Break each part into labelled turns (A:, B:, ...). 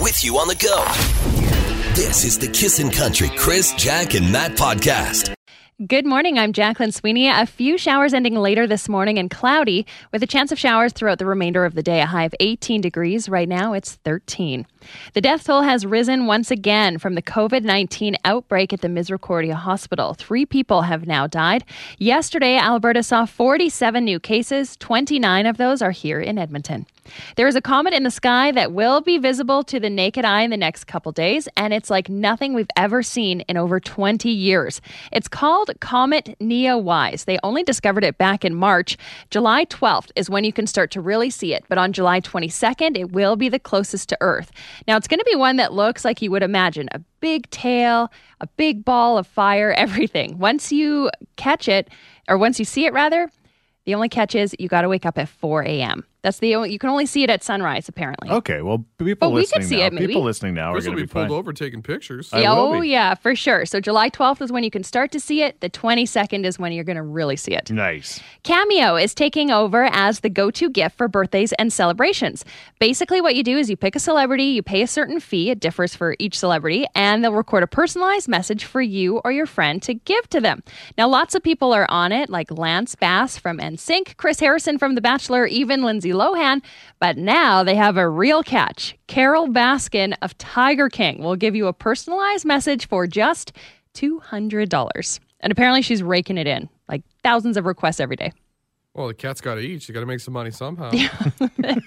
A: with you on the go. This is the Kissin' Country Chris, Jack, and Matt podcast.
B: Good morning. I'm Jacqueline Sweeney. A few showers ending later this morning and cloudy with a chance of showers throughout the remainder of the day. A high of 18 degrees. Right now it's 13. The death toll has risen once again from the COVID 19 outbreak at the Misericordia Hospital. Three people have now died. Yesterday, Alberta saw 47 new cases. 29 of those are here in Edmonton. There is a comet in the sky that will be visible to the naked eye in the next couple days, and it's like nothing we've ever seen in over 20 years. It's called Comet Neo Wise. They only discovered it back in March. July 12th is when you can start to really see it, but on July 22nd, it will be the closest to Earth. Now, it's going to be one that looks like you would imagine a big tail, a big ball of fire, everything. Once you catch it, or once you see it rather, the only catch is you got to wake up at 4 a.m. That's the only, you can only see it at sunrise apparently.
C: Okay, well, people
B: But we could
C: listening
B: see
C: now,
B: it, maybe.
C: people listening now are
D: Chris will
C: going to
D: be
C: be
D: pulled
C: fine.
D: over taking pictures.
C: I-
B: Yeah,
C: will
B: oh
C: be.
B: yeah, for sure. So July 12th is when you can start to see it. The 22nd is when you're going to really see it.
C: Nice.
B: Cameo is taking over as the go to gift for birthdays and celebrations. Basically, what you do is you pick a celebrity, you pay a certain fee, it differs for each celebrity, and they'll record a personalized message for you or your friend to give to them. Now, lots of people are on it, like Lance Bass from NSYNC, Chris Harrison from The Bachelor, even Lindsay Lohan, but now they have a real catch. Carol Baskin of Tiger King will give you a personalized message for just $200. And apparently, she's raking it in. Like thousands of requests every day.
D: well, the cat's got to eat. She got to make some money somehow.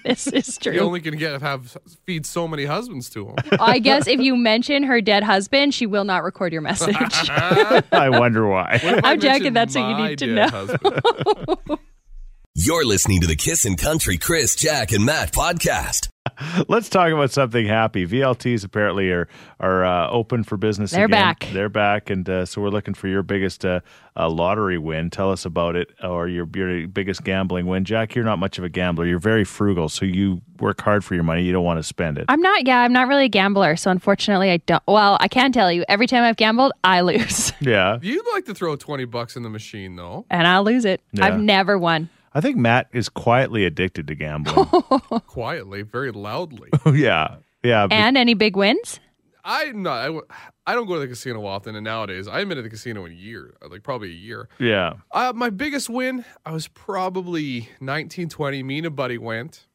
B: this is true.
D: You only can get have feed so many husbands to him.
B: I guess if you mention her dead husband, she will not record your message.
C: I wonder why.
B: I'm joking, that's what you need to know.
A: You're listening to the Kissin' Country Chris, Jack, and Matt podcast.
C: Let's talk about something happy. VLTs apparently are are uh, open for business.
B: They're
C: again.
B: back.
C: They're back, and uh, so we're looking for your biggest uh, uh, lottery win. Tell us about it, or your, your biggest gambling win. Jack, you're not much of a gambler. You're very frugal, so you work hard for your money. You don't want to spend it.
B: I'm not, yeah, I'm not really a gambler. So unfortunately, I don't. Well, I can tell you, every time I've gambled, I lose.
C: yeah,
D: You'd like to throw twenty bucks in the machine though.
B: And I'll lose it.
C: Yeah.
B: I've never won.
C: I think Matt is quietly addicted to gambling.
D: quietly, very loudly.
C: yeah, yeah. be-
B: And any big wins?
D: I'm not. I, w- I don't go to the casino often, and nowadays I haven't been at the casino in a year, like probably a year.
C: yeah.
D: Uh, my biggest win, I was probably 19, 20. Me and a buddy went.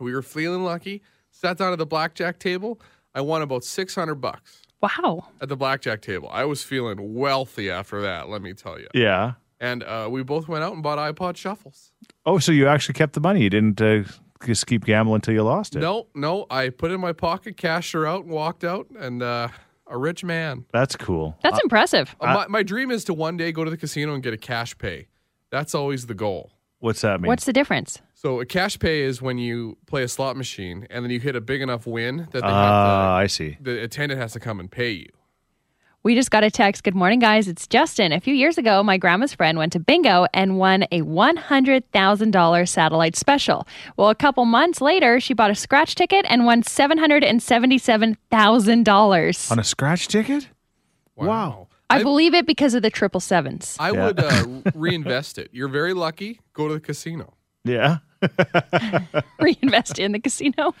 D: We were feeling lucky. Sat down at the blackjack table. I won about 600 bucks
B: Wow.
D: at the blackjack table. I was feeling wealthy after that, let me tell you.
C: Yeah.
D: And uh, we both went out and bought iPod shuffles.
C: Oh, so you actually kept the money. You didn't uh, just keep gambling until you lost it.
D: No, no, I put it in my pocket, cashed her out, and walked out, and uh, a rich man.
C: That's cool.
B: That's impressive.
C: oh,
D: Uh, my, my dream is to one day go to the casino and get a cash pay. That's always the goal.
C: What's that mean?
B: What's the difference?
D: So a cash pay is when you play a slot machine and then you hit a big enough win that they
C: Ah,
D: have
C: I see.
D: to, the attendant has to come and pay you.
B: We just got a text. Good morning, guys. It's Justin. A few years ago, my grandma's friend went to bingo and won a $100,000 satellite special. Well, a couple months later, she bought a scratch ticket and won $777,000.
C: On a scratch ticket? Wow.
B: I believe it because of the triple sevens.
D: I would uh, reinvest it. You're very lucky. Go to the casino.
C: Yeah.
B: Reinvest in the casino.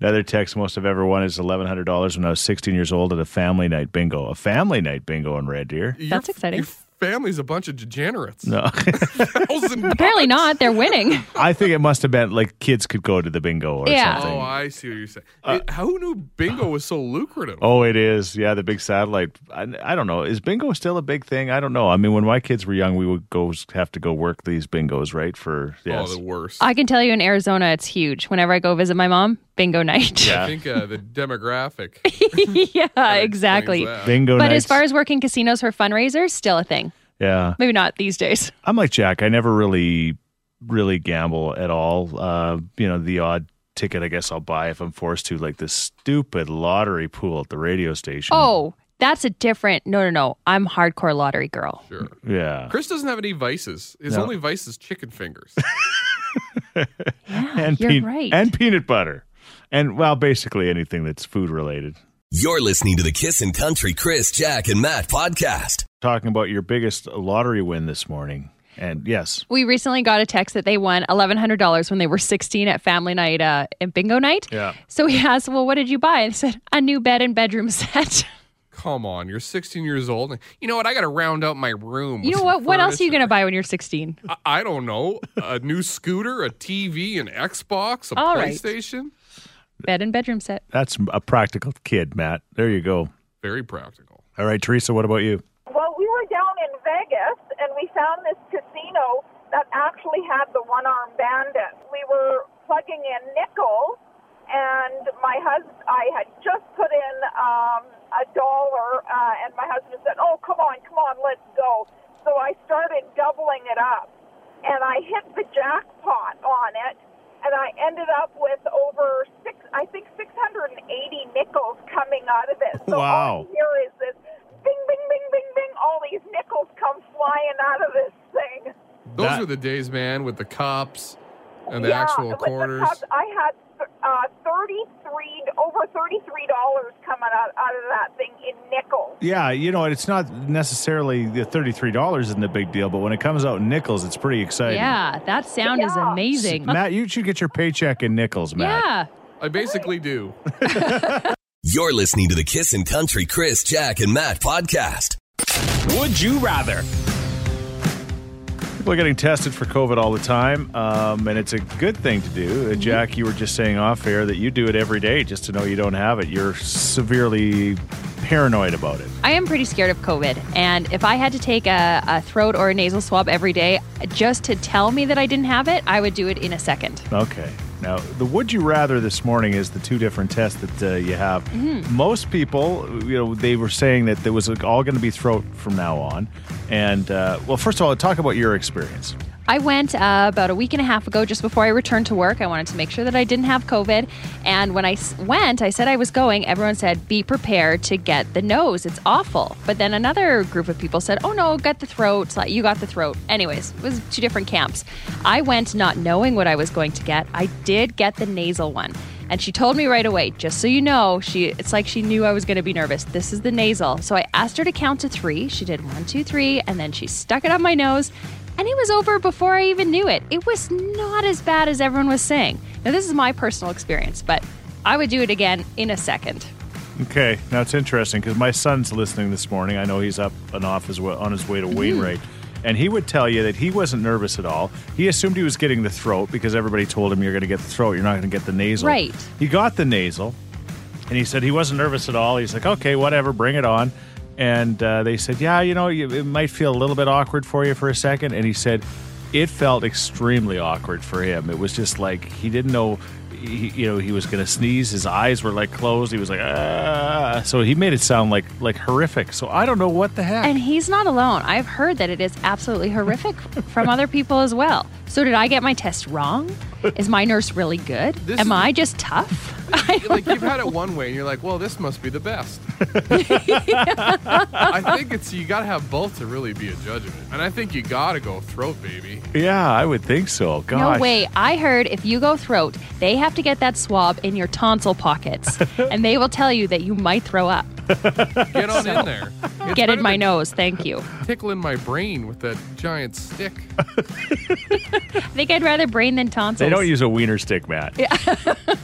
C: Another text most I've ever won is eleven hundred dollars when I was sixteen years old at a family night bingo. A family night bingo in Red Deer.
D: Your
B: That's
D: f-
B: exciting.
D: Your family's a bunch of degenerates.
C: No,
D: Thousand-
B: Apparently not. They're winning.
C: I think it must have been like kids could go to the bingo or
B: Yeah.
C: something.
D: oh, I see what you're saying. It- who knew bingo was so lucrative?
C: Uh, Oh, it is. Yeah, the big satellite. I, I don't know. Is bingo still a big thing? I don't know. I mean, when my kids were young, we would go have to go work these bingos, right? For yes,
D: Oh, the worst.
B: I can tell you in Arizona, it's huge. Whenever I go visit my mom, bingo night.
D: I think uh, the demographic.
B: yeah exactly.
D: explains that.
C: bingo.
B: But
C: nights.
B: as far as working casinos for fundraisers, still a thing.
C: yeah,
B: Maybe not these days.
C: I'm like Jack. I never really, really gamble at all. Uh, you know, the odd ticket, I guess I'll buy if I'm forced to, like this stupid lottery pool at the radio station.
B: Oh, that's a different. No, no, no. I'm hardcore lottery girl.
D: Sure.
C: yeah.
D: Chris doesn't have any vices. His
C: No.
D: only vice is chicken fingers.
C: and
B: you're
C: peanut
B: right.
C: and peanut butter, and well, basically anything that's food related.
A: You're listening to the Kissin' Country Chris, Jack, and Matt podcast.
C: Talking about your biggest lottery win this morning. And yes,
B: We recently got a text that they won $1,100 when they were 16 at family night uh, and bingo night.
C: Yeah.
B: So we asked, well, what did you buy? And they said, a new bed and bedroom set.
D: Come on, you're 16 years old. You know what? I got to round out my room.
B: you
D: with
B: know
D: some
B: what? What else are you
D: furniture.
B: going to buy when you're 16?
D: I, I don't know. A new scooter, a TV, an Xbox, a
B: All right.
D: PlayStation.
B: bed and bedroom set.
C: that's a practical kid, Matt. There you go.
D: Very practical.
C: All right, Teresa, what about you?
E: Well, we were down in Vegas and we found this casino that actually had the one arm bandit. We were plugging in nickel, and my husband, I had just put in um, a dollar, uh, and my husband said, Oh, come on, come on, let's go. So I started doubling it up, and I hit the jackpot on it, and I ended up with over six, I think 680 nickels coming out of it. So all
C: Wow.
E: you here is this bing, bing, bing, bing, bing. All these nickels come flying out of this thing.
D: Those
C: That-
D: were the days, man, with the cups and the
E: yeah,
D: actual
E: with the
D: quarters.
E: cups, I had uh, thirty-three, over thirty-three dollars coming out out of that thing in nickels.
C: Yeah, you know, it's not necessarily the thirty-three dollars isn't the big deal, but when it comes out in nickels, it's pretty exciting.
B: Yeah, that sound is
E: Yeah.
B: amazing.
C: Matt, you should get your paycheck in nickels, Matt.
B: Yeah.
D: I basically do.
A: You're listening to the Kissin' Country Chris, Jack, and Matt podcast.
F: Would you rather?
C: People are getting tested for COVID all the time, um, and it's a good thing to do. Uh, Jack, you were just saying off air that you do it every day just to know you don't have it. You're severely paranoid about it.
B: I am pretty scared of COVID. And if I had to take a, a throat or a nasal swab every day just to tell me that I didn't have it, I would do it in a second.
C: Okay. Now, the would you rather this morning is the two different tests that uh, you have. Most people, you know, they were saying that there was all going to be throat from now on. And, uh, well, first of all, talk about your experience.
B: I went uh, about a week and a half ago, just before I returned to work. I wanted to make sure that I didn't have COVID. And when I s- went, I said I was going. Everyone said, be prepared to get the nose. It's awful. But then another group of people said, oh no, get the throat. Like, You got the throat. Anyways, it was two different camps. I went not knowing what I was going to get. I did get the nasal one. And she told me right away, just so you know, she it's like she knew I was going to be nervous. This is the nasal. So I asked her to count to three. She did one, two, three, and then she stuck it up my nose. And it was over before I even knew it. It was not as bad as everyone was saying. Now, this is my personal experience, but I would do it again in a second.
C: Okay, now it's interesting because my son's listening this morning. I know he's up and off his wa on his way to Wainwright, and he would tell you that he wasn't nervous at all. He assumed he was getting the throat because everybody told him you're going to get the throat, you're not going to get the nasal.
B: Right.
C: He got the nasal, and he said he wasn't nervous at all. He's like, okay, whatever, bring it on. And uh, they said, yeah, you know, you, it might feel a little bit awkward for you for a second. And he said, it felt extremely awkward for him. It was just like he didn't know, he, you know, he was going to sneeze. His eyes were like closed. He was like, ah. So he made it sound like like horrific. So I don't know what the heck.
B: And he's not alone. I've heard that it is absolutely horrific from other people as well. So, did I get my test wrong? Is my nurse really good?
D: This
B: Am
D: is-
B: I just tough?
D: like you've had it one way, and you're like, "Well, this must be the best." I think it's you got to have both to really be a judge of it, and I think you got to go throat, baby.
C: yeah, I would think so. Gosh.
B: No way. I heard if you go throat, they have to get that swab in your tonsil pockets, and they will tell you that you might throw up.
D: Get on in there. It's
B: Get
D: better
B: in my
D: than
B: nose. Thank you.
D: Tickling my brain with that giant stick.
B: I think I'd rather brain than tonsils.
C: They don't use a wiener stick, Matt. Yeah.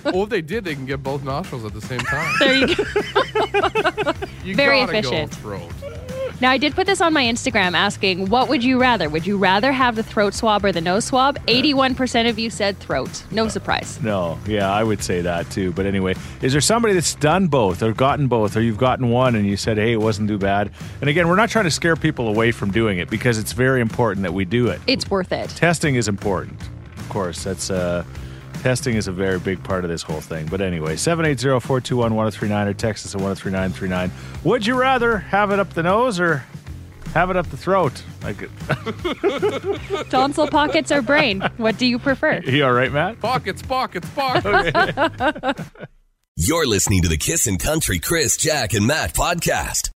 D: well, if they did, they can get both nostrils at the same time.
B: There you go.
D: You
B: Very
D: gotta
B: efficient.
D: Go throat.
B: Now, I did put this on my Instagram asking, what would you rather? Would you rather have the throat swab or the nose swab? 81% of you said throat. No surprise.
C: No, yeah, I would say that too. But anyway, is there somebody that's done both or gotten both or you've gotten one and you said, hey, it wasn't too bad? And again, we're not trying to scare people away from doing it because it's very important that we do it.
B: It's worth it.
C: testing is important, of course. That's uh, testing is a very big part of this whole thing. But anyway, 780 421 1039 or text us at 103939. Would you rather have it up the nose or have it up the throat? Like,
B: Tonsil pockets or brain? What do you prefer?
C: you all right, Matt?
D: Pockets, pockets, pockets.
A: You're listening to the Kissin' Country Chris, Jack, and Matt podcast.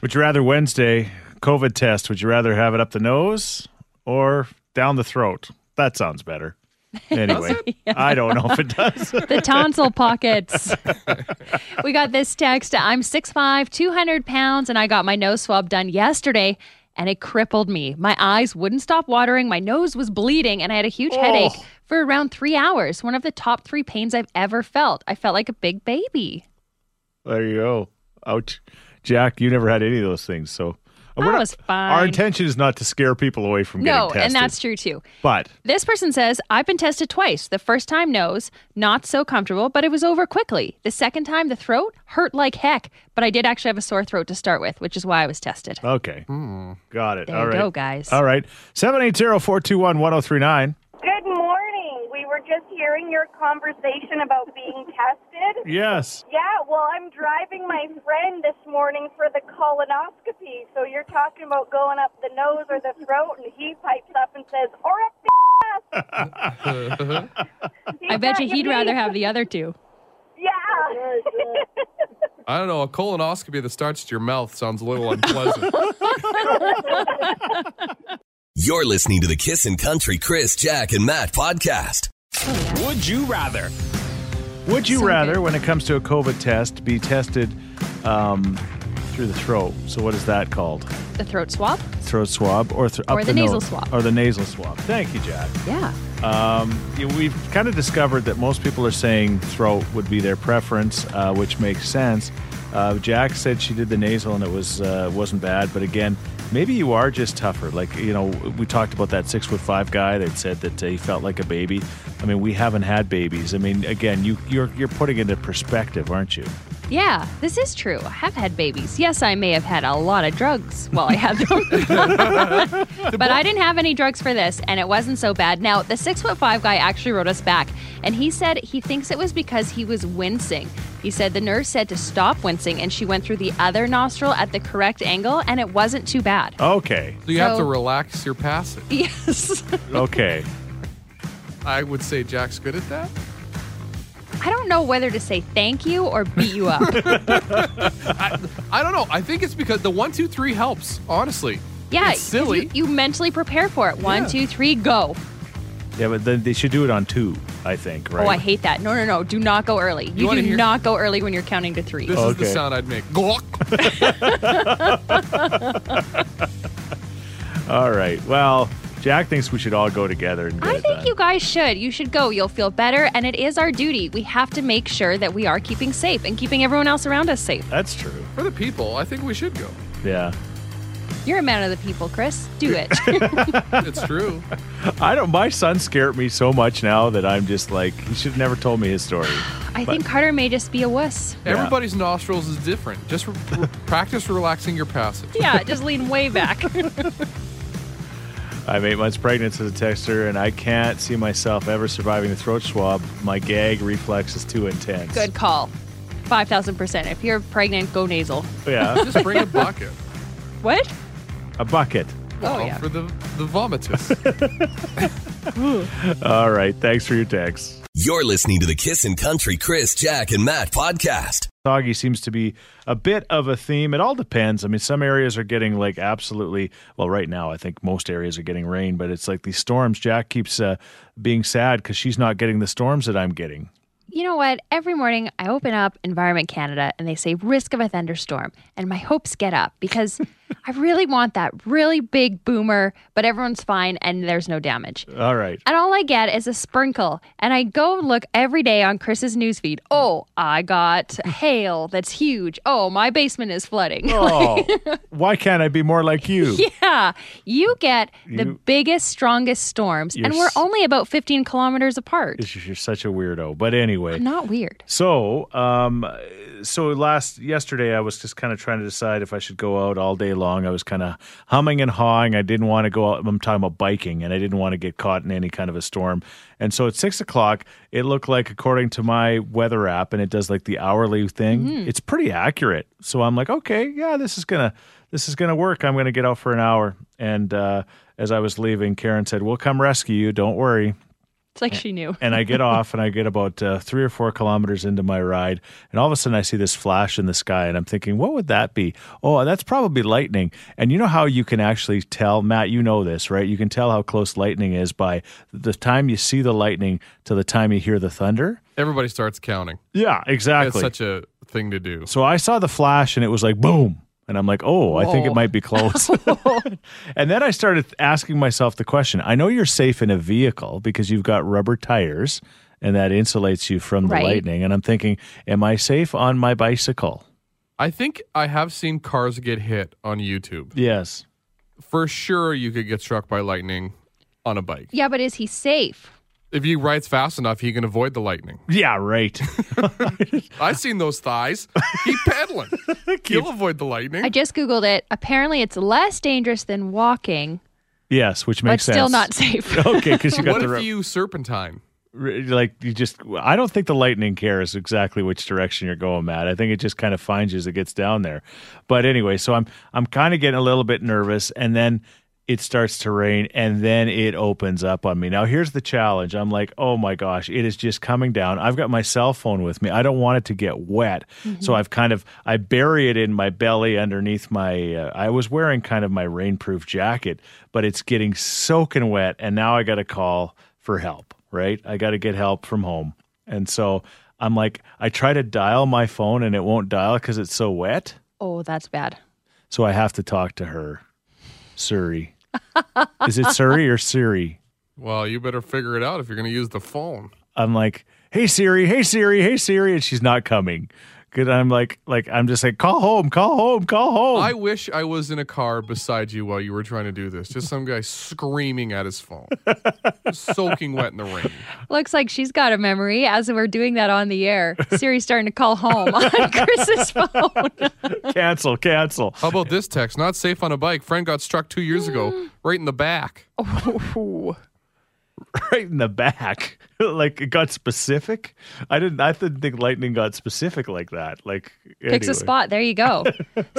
C: Would you rather Wednesday COVID test? Would you rather have it up the nose or down the throat? That sounds better. Anyway, I don't know if it does.
B: the tonsil pockets. we got this text I'm 6'5, 200 pounds, and I got my nose swab done yesterday. and it crippled me. My eyes wouldn't stop watering, my nose was bleeding, and I had a huge
D: Oh.
B: headache for around three hours. One of the top three pains I've ever felt. I felt like a big baby.
C: There you go. Ouch. Jack, you never had any of those things, so
B: I
C: not-
B: was fine.
C: Our intention is not to scare people away from
B: No,
C: getting tested.
B: and that's true too.
C: But
B: This person says, I've been tested twice. The first time, nose, not so comfortable, but it was over quickly. The second time, the throat hurt like heck, but I did actually have a sore throat to start with, which is why I was tested.
C: okay, got it.
B: There
C: All
B: you
C: right,
B: go, guys.
C: All right, seven eight zero four two one one zero three nine.
E: Good morning. We were just hearing your conversation about being tested.
C: Yes.
E: Yeah, well, I'm driving my friend this morning for the colonoscopy. So you're talking about going up the nose or the throat, and he pipes up and says, "Or up the ass."
B: I bet you
E: He's
B: he'd
E: got
B: rather
E: me.
B: have the other two.
E: Yeah.
D: I don't know. A colonoscopy that starts to your mouth sounds a little unpleasant.
A: You're listening to the Kissin' Country Chris, Jack, and Matt podcast.
F: Would you rather?
C: Would you
B: So
C: rather,
B: good.
C: when it comes to a COVID test, be tested um, through the throat? So what is that called?
B: The throat swab?
C: Throat swab or thr-
B: Or
C: up
B: the nasal
C: nose.
B: swab.
C: or the nasal swab? Thank you, Jack.
B: Yeah.
C: Um, you- we've kind of discovered that most people are saying throat would be their preference, uh, which makes sense. Uh, Jack said she did the nasal and it was uh, wasn't bad, but again, maybe you are just tougher. Like you know, we talked about that six foot five guy that said that uh, he felt like a baby. I mean, we haven't had babies. I mean, again, you you're you're putting it into perspective, aren't you?
B: Yeah, this is true. I have had babies. Yes, I may have had a lot of drugs while I had them. but I didn't have any drugs for this, and it wasn't so bad. Now, the six foot five guy actually wrote us back, and he said he thinks it was because he was wincing. He said the nurse said to stop wincing, and she went through the other nostril at the correct angle, and it wasn't too bad.
C: Okay,
D: So you have to
B: So-
D: relax your passage.
B: Yes.
C: okay.
D: I would say Jack's good at that.
B: I don't know whether to say thank you or beat you up.
D: I don't know. I think it's because the one, two, three helps, honestly.
B: Yeah,
D: It's silly.
B: You, you mentally prepare for it. One,
D: Yeah.
B: two, three, go.
C: yeah, but then they should do it on two, I think, right?
B: Oh, I hate that. No, no, no. Do not go early. You,
D: wanna
B: do
D: hear-
B: not go early when you're counting to three.
D: This is the
C: Okay.
D: sound I'd make. Glock.
C: All right. Well, Jack thinks we should all go together and get
B: I
C: it
B: think
C: done.
B: you guys should. You should go. You'll feel better. And it is our duty. We have to make sure that we are keeping safe and keeping everyone else around us safe.
C: That's true.
D: For the people, I think we should go.
C: Yeah.
B: You're a man of the people, Chris. Do it.
D: It's true.
C: I don't. My son scared me so much now that I'm just like he should have never told me his story.
B: I think Carter may just be a wuss.
D: Everybody's nostrils is different. Just re- re- practice relaxing your passage.
B: Yeah, just lean way back.
C: I'm eight months pregnant as a texter, and I can't see myself ever surviving the throat swab. My gag reflex is too intense.
B: Good call. 5,000%. If you're pregnant, go nasal.
C: Yeah,
D: Just bring a bucket.
B: What?
C: a bucket.
B: Oh,
D: Well,
B: yeah.
D: For the, the vomitus.
C: All right. Thanks for your text.
A: You're listening to the Kissin' Country Chris, Jack, and Matt podcast.
C: Soggy seems to be a bit of a theme. It all depends. I mean, some areas are getting like absolutely well. Right now, I think most areas are getting rain, but it's like these storms. Jack keeps uh, being sad because she's not getting the storms that I'm getting.
B: you know what? Every morning I open up Environment Canada and they say risk of a thunderstorm, and my hopes get up because I really want that really big boomer, but everyone's fine and there's no damage.
C: All right.
B: And all I get is a sprinkle. And I go look every day on Chris's newsfeed. Oh, I got hail that's huge. Oh, my basement is flooding.
C: Oh, why can't I be more like you?
B: Yeah, you get the
C: You-
B: biggest, strongest storms, and
C: You're
B: we're
C: s-
B: only about 15 kilometers apart.
C: You're such a weirdo. But anyway,
B: Not weird.
C: so um, so last yesterday, I was just kind of trying to decide if I should go out all day long. I was kind of humming and hawing. I didn't want to go out. I'm talking about biking, and I didn't want to get caught in any kind of a storm. And so at six o'clock, it looked like, according to my weather app, and it does like the hourly thing. It's pretty accurate. So I'm like, okay, yeah, this is gonna this is gonna work. I'm gonna get out for an hour. And uh, as I was leaving, Karen said, "We'll come rescue you. Don't worry."
B: It's like she knew.
C: and I get off and I get about uh, three or four kilometers into my ride, and all of a sudden I see this flash in the sky, and I'm thinking, what would that be? Oh, that's probably lightning. And you know how you can actually tell, Matt, you know this, right? You can tell how close lightning is by the time you see the lightning to the time you hear the thunder.
D: Everybody starts counting.
C: Yeah,
D: It's
C: exactly.
D: such a thing to do.
C: so I saw the flash, and it was like boom. And I'm like, oh, I think it
B: Whoa.
C: might be close. and then I started asking myself the question I know you're safe in a vehicle because you've got rubber tires and that insulates you from the
B: Right.
C: lightning. And I'm thinking, am I safe on my bicycle?
D: I think I have seen cars get hit on YouTube.
C: Yes.
D: For sure, you could get struck by lightning on a bike.
B: Yeah, but is he safe?
D: If he rides fast enough, he can avoid the lightning.
C: Yeah, right.
D: I've seen those thighs. Keep pedaling. He'll avoid the lightning.
B: I just Googled it. Apparently, it's less dangerous than walking,
C: yes, which
B: but
C: makes sense.
B: still not safe.
C: okay, because you got
D: what
C: the
D: if
C: rub-
D: you serpentine?
C: r- like you just. I don't think the lightning cares exactly which direction you're going, Matt. I think it just kind of finds you as it gets down there. But anyway, so I'm I'm kind of getting a little bit nervous, and then it starts to rain, and then it opens up on me. Now here's the challenge. I'm like, oh my gosh, it is just coming down. I've got my cell phone with me. I don't want it to get wet, so I've kind of I bury it in my belly underneath my. Uh, I was wearing kind of my rainproof jacket, but it's getting soaking wet, and now I got to call for help right? I got to get help from home. And so I'm like, I try to dial my phone and it won't dial because it's so wet.
B: oh, that's bad.
C: So I have to talk to her. Suri. Is it Suri or Siri?
D: Well, you better figure it out if you're going to use the phone.
C: I'm like, hey Siri, hey Siri, hey Siri. And she's not coming. Cause I'm like, like, I'm just like, call home, call home, call home.
D: I wish I was in a car beside you while you were trying to do this. Just some guy screaming at his phone, soaking wet in the rain.
B: Looks like she's got a memory as we're doing that on the air. Siri's starting to call home on Chris's phone.
C: cancel, cancel.
D: How about this text? Not safe on a bike. Friend got struck two years
B: Mm.
D: ago, right in the back.
B: Oh,
C: Right in the back. like it got specific. I didn't I didn't think lightning got specific like that. Like
B: Picks a
C: anyway.
B: spot. There you go.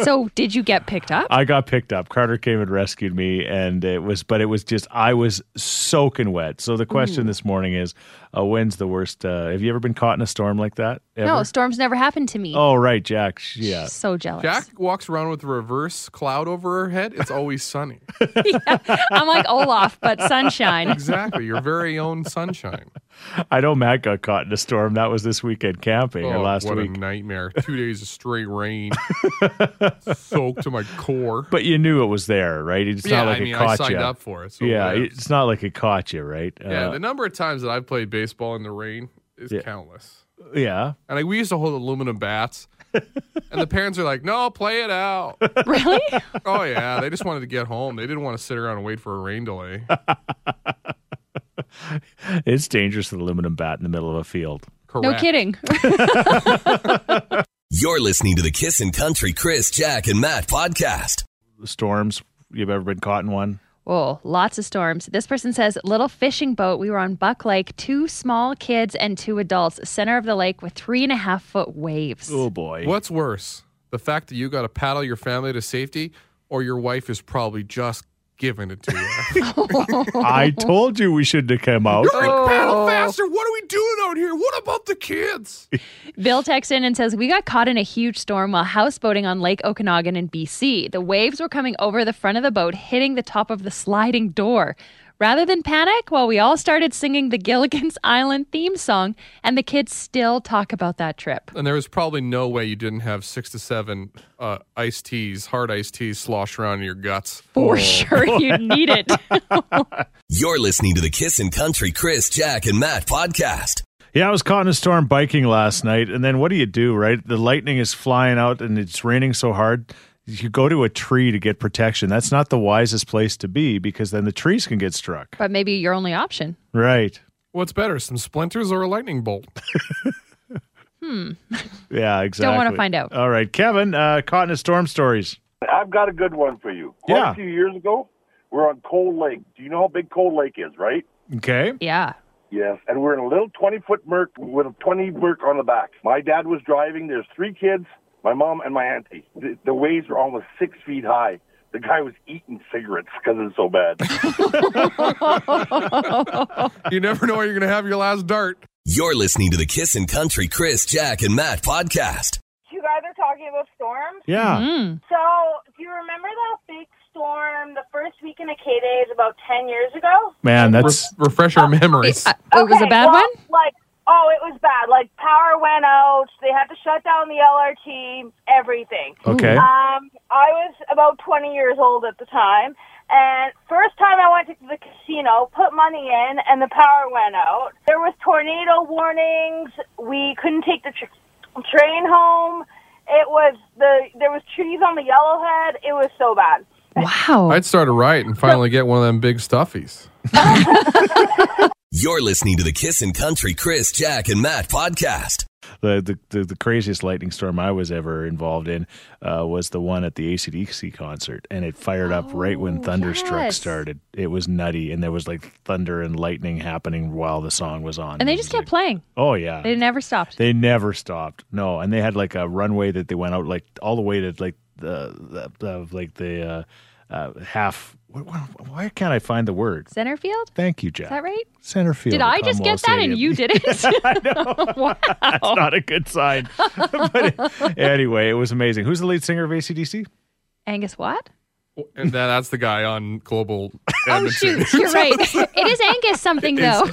B: So, did you get picked up?
C: I got picked up. Carter came and rescued me, and it was, but it was just I was soaking wet. So the question
B: Mm.
C: this morning is, uh, when's the worst? Uh, have you ever been caught in a storm like that? Ever?
B: No, storms never happened to me.
C: Oh right, Jack. Sh- Yeah.
B: She's so jealous.
D: Jack walks around with a reverse cloud over her head. It's always sunny.
B: I'm like Olaf, but sunshine.
D: Exactly. Your very own sunshine.
C: I know Matt got caught in a storm. That was this weekend camping or
D: Oh,
C: last
D: what
C: week.
D: a nightmare. Two days of straight rain, soaked to my core.
C: But you knew it was there, right? It's
D: yeah,
C: not like
D: I mean,
C: it
D: I
C: caught
D: signed
C: you.
D: up for it. So
C: yeah,
D: whatever.
C: it's not like it caught you, right?
D: yeah.
C: Uh,
D: The number of times that I've played baseball in the rain is countless.
C: yeah.
D: And like we used to hold aluminum bats, and the parents are like, "No, play it out."
B: Really?
D: oh yeah, they just wanted to get home. They didn't want to sit around and wait for a rain delay.
C: It's dangerous with an aluminum bat in the middle of a field.
D: Correct.
B: No kidding.
A: You're listening to the Kissin' Country Chris, Jack, and Matt podcast.
C: Storms. You've ever been caught in one?
B: Whoa, lots of storms. This person says, little fishing boat. We were on Buck Lake, two small kids and two adults, center of the lake with three and a half foot waves.
C: Oh boy.
D: What's worse, the fact that you got to paddle your family to safety, or your wife is probably just giving it to you?
C: I told you we shouldn't have come out.
B: Oh.
D: Paddle faster! What are we doing out here? What about the kids?
B: Bill texts in and says, We got caught in a huge storm while houseboating on Lake Okanagan in BC. The waves were coming over the front of the boat, hitting the top of the sliding door. Rather than panic, well, we all started singing the Gilligan's Island theme song, and the kids still talk about that trip.
D: And there was probably no way you didn't have six to seven uh, iced teas, hard iced teas, sloshed around in your guts.
B: For sure, you need it.
A: You're listening to the Kissin' Country Chris, Jack, and Matt podcast.
C: Yeah, I was caught in a storm biking last night, and then what do you do, right? The lightning is flying out and it's raining so hard. You go to a tree to get protection. That's not the wisest place to be because then the trees can get struck.
B: but maybe your only option.
C: Right.
D: What's better, some splinters or a lightning bolt?
C: Yeah, exactly.
B: wanna find out.
C: All right. Kevin, uh, caught in a storm stories.
G: I've got a good one for you. Quite
C: Yeah.
G: a few years ago, we're on Cold Lake. Do you know how big Cold Lake is, right?
C: Okay.
B: Yeah.
G: Yes. And we're in a little 20 foot Merc with a 20 Merc on the back. My dad was driving. There's three kids, my mom and my auntie. The, the waves were almost six feet high. The guy was eating cigarettes because it's so bad.
D: you never know where you're going to have your last dart.
A: You're listening to the Kissin' Country Chris, Jack, and Matt podcast.
E: You guys are talking about storms.
C: Yeah.
B: Mm.
E: So, do you remember that big storm the first weekend of K Days about 10 years ago?
C: Man,
D: Re-
C: that's.
D: refresh our memories.
B: Uh, oh, it was a
E: Okay,
B: bad
E: well,
B: one?
E: Like, oh, it was bad. Like, power went out.
H: They had to shut down the LRT, everything.
C: Okay.
H: Um, I was about 20 years old at the time, and first time I went to the casino, put money in, and the power went out. There was tornado warnings. We couldn't take the tr- train home. It was the there was trees on the yellowhead. It was so bad.
B: Wow.
D: I'd start a riot and finally get one of them big stuffies.
A: You're listening to the Kissin' Country Chris, Jack, and Matt podcast.
C: the, the, the, the craziest lightning storm I was ever involved in uh, was the one at the ACDC concert, and it fired up right when
B: Oh,
C: Thunderstruck
B: yes.
C: started. It was nutty, and there was like thunder and lightning happening while the song was on.
B: And they
C: It
B: just
C: was
B: kept
C: like-
B: playing.
C: Oh yeah,
B: They never stopped.
C: They never stopped. No, and they had like a runway that they went out like all the way to like the, the, the like the uh, uh, half. What, what, why can't I find the word?
B: Center field?
C: Thank you, Jack.
B: Is that right?
C: Center field.
B: Did
C: at
B: I just
C: Commonwealth
B: get that and
C: Stadium.
B: you didn't? wow.
C: That's not a good sign. but it- anyway, it was amazing. Who's the lead singer of ACDC?
B: Angus Watt?
D: And that, that's the guy on Global.
B: Oh,
D: Edmonton.
B: shoot. You're right. It is Angus something, though.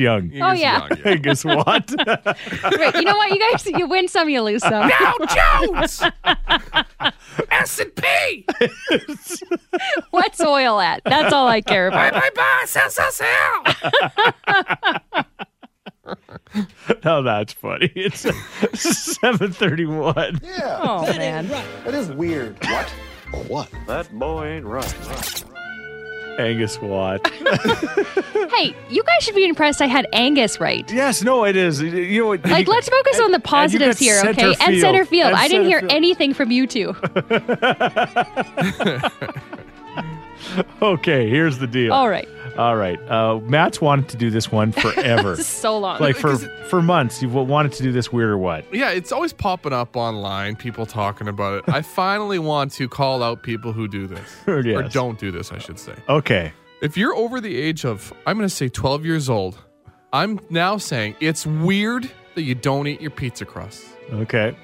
C: Young.
B: Oh, yeah.
D: Young,
C: Angus Watt.
B: Right. You know what, you guys? You win some, you lose some.
F: Jones! S and P.
B: What's oil at? That's all I care about.
F: Bye bye. Sell, sell, sell.
C: no, that's funny. It's 731.
B: Oh, man.
C: Angus Watt.
B: Hey, you guys should be impressed I had Angus right.
C: Yes, no, it is. You know, what-
B: Like, let's focus on the positives
C: got
B: here,
C: center
B: okay? And
C: field.
B: center field.
C: And
B: I didn't
C: center
B: hear
C: field.
B: anything from you two.
C: Okay, here's the deal.
B: All right.
C: All right. Uh, Matt's wanted to do this one forever.
B: This is so long.
C: like for for months, you've wanted to do this weird or what?
D: Yeah, it's always popping up online, people talking about it. I finally want to call out people who do this or
C: Yes.
D: don't do this, I should say.
C: Okay.
D: If you're over the age of, I'm going to say 12 years old, I'm now saying it's weird that you don't eat your pizza crust.
C: Okay.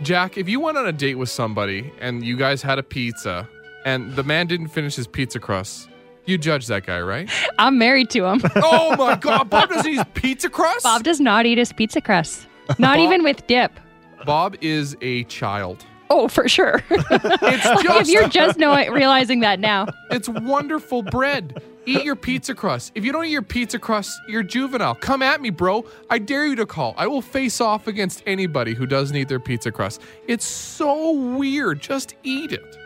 D: Jack, if you went on a date with somebody and you guys had a pizza and the man didn't finish his pizza crust, you judge that guy, right?
B: I'm married to him.
D: oh my God, Bob doesn't eat his pizza crust?
B: Bob does not eat his pizza crust, not even with dip.
D: Bob is a child.
B: Oh, for sure.
D: It's
B: if
D: just
B: you're just knowing, realizing that now,
D: It's wonderful bread. Eat your pizza crust. If you don't eat your pizza crust, you're juvenile. Come at me, bro. I dare you to call. I will face off against anybody who doesn't eat their pizza crust. It's so weird. Just eat it.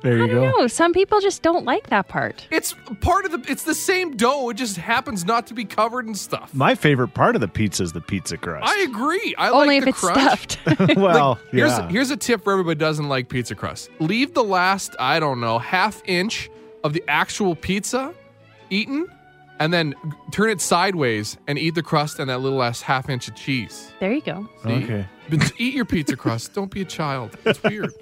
C: There you
B: I
C: go.
B: don't know. Some people just don't like that part.
D: It's part of the it's the same dough. It just happens not to be covered in stuff.
C: My favorite part of the pizza is the pizza crust.
D: I agree. I
B: Only
D: like
B: if
D: the
B: it's
D: crunch.
B: stuffed.
C: well,
D: Here's,
C: yeah.
D: here's a tip for everybody who doesn't like pizza crust. Leave the last, I don't know, half inch of the actual pizza eaten and then g- turn it sideways and eat the crust and that little last half inch of cheese.
B: there you go.
D: See?
C: Okay.
D: But just eat your pizza crust. Don't be a child. It's weird.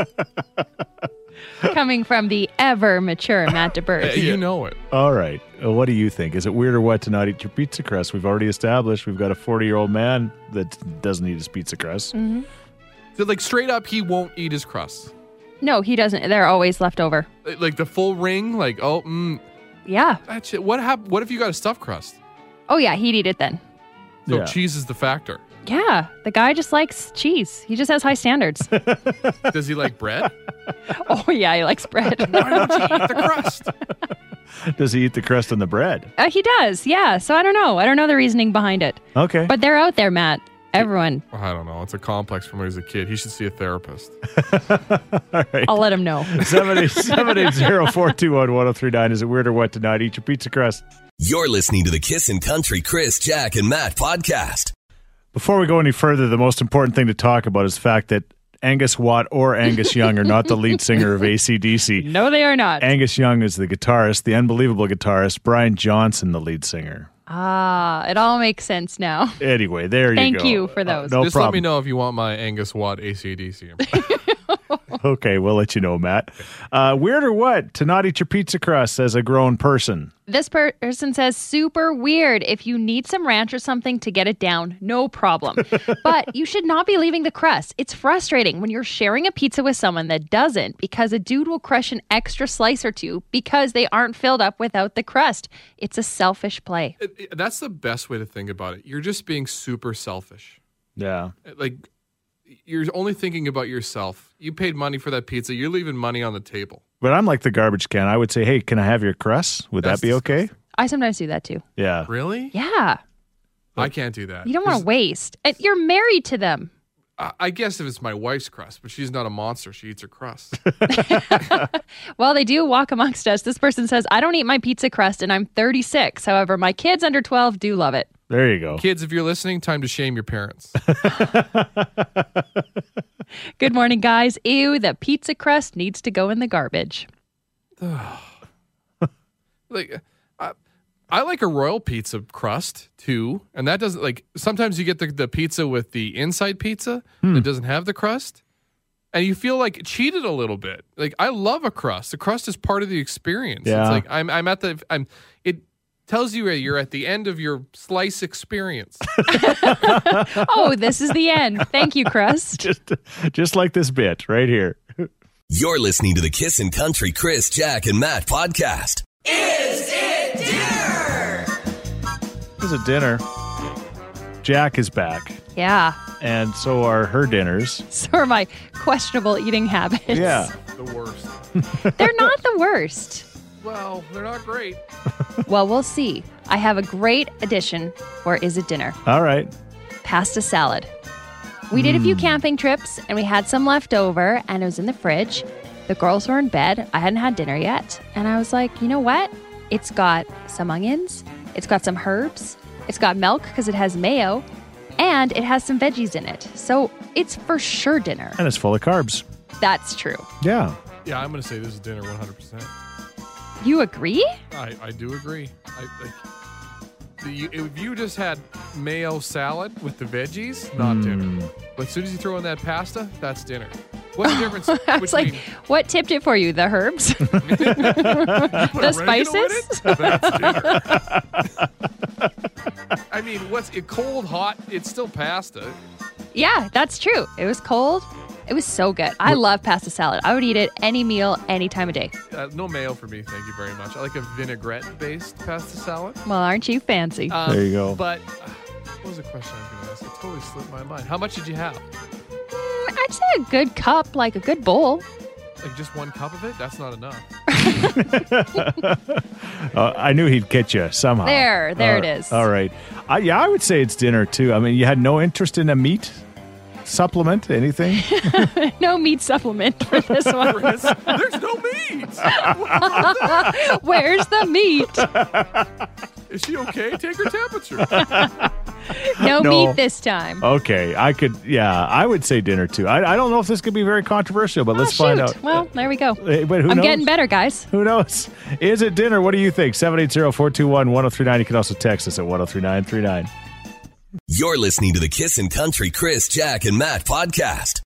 B: Coming from the ever mature Matt
D: Uh,
B: DeBerg.
D: You know it.
C: All right. Uh, What do you think? Is it weird or what to not eat your pizza crust? We've already established we've got a 40 year old man that doesn't eat his pizza crust.
D: So, like straight up, he won't eat his crust.
B: No, he doesn't. They're always left over.
D: Like like the full ring, like, oh, mm,
B: Yeah.
D: that shit. What, hap- what if you got a stuffed crust?
B: Oh, yeah. He'd eat it then.
D: So
C: Yeah.
D: cheese is the factor.
B: Yeah. The guy just likes cheese. He just has high standards.
D: Does he like bread?
B: oh, yeah. He likes bread.
D: Why don't you eat the crust?
C: Does he eat the crust and the bread?
B: Uh, he does. Yeah. So I don't know. I don't know the reasoning behind it.
C: Okay.
B: But they're out there, Matt. Everyone.
D: I don't know. It's a complex from when he was a kid. He should see a therapist.
C: All right.
B: I'll let him know.
C: 780-421-1039. Is it weird or what to not eat your pizza crust?
A: You're listening to the Kissin' Country Chris, Jack, and Matt podcast.
C: Before we go any further, the most important thing to talk about is the fact that Angus Watt or Angus Young are not the lead singer of ACDC.
B: No, they are not.
C: Angus Young is the guitarist, the unbelievable guitarist, Brian Johnson, the lead singer.
B: Ah, it all makes sense now.
C: Anyway, there you
B: Thank
C: go.
B: you for
C: Uh,
B: those.
C: no
D: Just
C: problem.
D: let me know if you want my Angus Watt ACDC.
C: Okay, we'll let you know, Matt. Uh, weird or what to not eat your pizza crust as a grown person?
B: This per- person says, super weird. If you need some ranch or something to get it down, no problem. but you should not be leaving the crust. It's frustrating when you're sharing a pizza with someone that doesn't because a dude will crush an extra slice or two because they aren't filled up without the crust. It's a selfish play.
D: It- it- That's the best way to think about it. You're just being super selfish.
C: Yeah.
D: Like you're only thinking about yourself. You paid money for that pizza. You're leaving money on the table.
C: But I'm like the garbage can. I would say, hey, can I have your crust? Would
D: That's
C: that be okay?
D: disgusting.
B: I sometimes do that too.
C: Yeah.
D: Really?
B: Yeah.
D: I can't do that.
B: You don't want to waste. And you're married to them.
D: I, I guess if it's my wife's crust, but she's not a monster. She eats her crust.
B: Well, they do walk amongst us. This person says, I don't eat my pizza crust and I'm 36. However, my kids under 12 do love it.
C: There you go.
D: Kids, if you're listening, time to shame your parents.
B: Good morning, guys. Ew, the pizza crust needs to go in the garbage.
D: like I, I like a royal pizza crust too, and that doesn't like sometimes you get the, the pizza with the inside pizza that doesn't have the crust, and you feel like cheated a little bit. Like I love a crust; the crust is part of the experience.
C: Yeah.
D: It's like I'm I'm at the I'm it tells you that you're at the end of your slice experience.
B: Oh, this is the end. Thank you, crust.
C: Just, just like this bit right here.
A: You're listening to the Kissin' Country Chris, Jack, and Matt podcast.
C: This is a dinner. Jack is back,
B: Yeah.
C: and so are her dinners.
B: So are my questionable eating habits.
C: Yeah.
D: the worst.
B: They're not the worst.
D: Well, they're not great.
B: Well, we'll see. I have a great addition for Is It Dinner?
C: All right.
B: Pasta salad. We did a few camping trips and we had some left over and it was in the fridge. The girls were in bed. I hadn't had dinner yet. And I was like, you know what? It's got some onions, it's got some herbs, it's got milk because it has mayo, and it has some veggies in it. So it's for sure dinner.
C: And it's full of carbs.
B: That's true.
C: Yeah.
D: Yeah, I'm gonna say this is dinner 100. percent
B: You agree?
D: I, I do agree. I, like, the, you- if you just had mayo salad with the veggies, not dinner. But as soon as you throw in that pasta, that's dinner. What's the difference
B: I
D: between
B: was like, what tipped it for you? The herbs? the
D: oregano in
B: spices?
D: I mean, what's it cold, hot? It's still pasta.
B: Yeah, that's true. It was cold. It was so good. I love pasta salad. I would eat it any meal, any time of day.
D: Uh, no mayo for me, thank you very much. I like a vinaigrette-based pasta salad.
B: Well, aren't you fancy?
D: Um,
C: There you go.
D: But uh, what was the question I was going to ask? It totally slipped my mind. How much did you have?
B: I'd say a good cup, like a good bowl.
D: Like just one cup of it? That's not enough.
C: Uh, I knew he'd catch you somehow.
B: There, there
C: All-
B: it is.
C: All right. I, yeah, I would say it's dinner too. I mean, you had no interest in a meat supplement, anything?
B: No meat supplement for this one.
D: There's no meat.
B: Where's the meat?
D: Is she okay? Take her temperature.
B: No,
C: No. Oh,
B: meat this time.
C: okay. I could, yeah, I would say dinner too. I, I don't know if this could be very controversial, but
B: Oh,
C: let's
B: shoot.
C: find out. Uh,
B: Well, there we go.
C: Hey, but who
B: I'm
C: knows?
B: getting better, guys.
C: Who knows? Is it dinner? What do you think? 780 421 1039. You can also text us at 103939.
A: You're listening to the Kissin' Country Chris, Jack, and Matt podcast.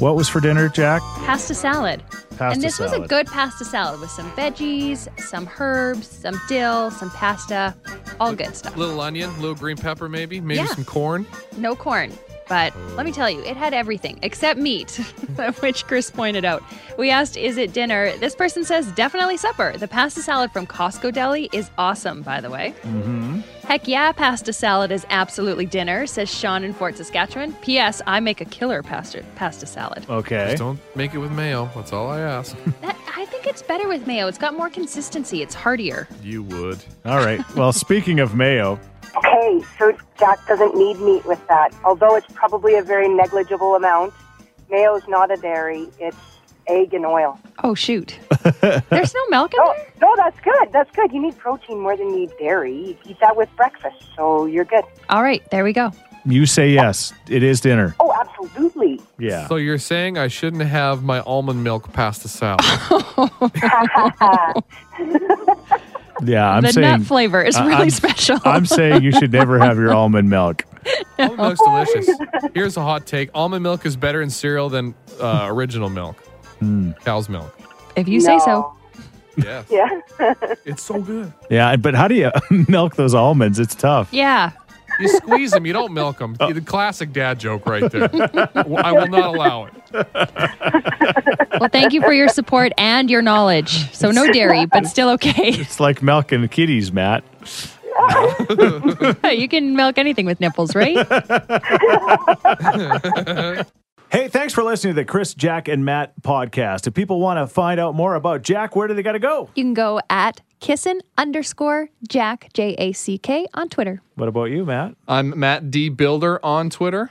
C: What was for dinner, Jack?
B: Pasta salad.
C: Pasta
B: and this was a
C: salad.
B: good pasta salad with some veggies, some herbs, some dill, some pasta, all good stuff.
D: little onion, little green pepper, maybe, maybe
B: Yeah.
D: some corn.
B: no corn. But let
C: Oh.
B: me tell you, it had everything except meat, which Chris pointed out. We asked, is it dinner? This person says, definitely supper. The pasta salad from Costco Deli is awesome, by the way. Mm-hmm. Heck yeah, pasta salad is absolutely dinner, says Sean in Fort Saskatchewan. P.S. I make a killer pasta, pasta salad.
C: Okay.
D: Just don't make it with mayo. That's all I ask.
B: That, I think it's better with mayo. It's got more consistency, it's heartier.
D: you would.
C: All right. Well, speaking of mayo,
I: Okay, so Jack doesn't need meat with that, although it's probably a very negligible amount. Mayo is not a dairy; it's egg and oil.
B: Oh, shoot. There's no milk in
E: Oh.
I: No,
B: there?
I: no, that's good. That's good. You need protein more than you need dairy. You eat that with breakfast, so you're good.
B: All right, there we go.
C: you say yes. It is dinner.
I: Oh, absolutely.
C: Yeah.
D: So you're saying I shouldn't have my almond milk pasta salad?
C: Yeah. I'm
B: the
C: saying.
B: nut flavor is
C: I-
B: really
C: I'm-
B: special.
C: I'm saying you should never have your almond milk.
D: almond milk's delicious. Here's a hot take: almond milk is better in cereal than uh, original milk, cow's milk.
B: if you say so.
D: Yes,
I: Yeah.
D: it's so good.
C: Yeah, but how do you milk those almonds? It's tough.
B: Yeah.
D: You squeeze them, you don't milk them. The classic dad joke right there. I will not allow it.
B: Well, thank you for your support and your knowledge. So no dairy, but still okay.
C: It's like milking kitties, Matt.
B: you can milk anything with nipples, right?
C: Hey, thanks for listening to the Chris, Jack, and Matt podcast. If people want to find out more about Jack, where do they got to go?
B: You can go at kissin underscore Jack, J A C K, on Twitter.
C: What about you, Matt?
D: I'm Matt D Builder on Twitter.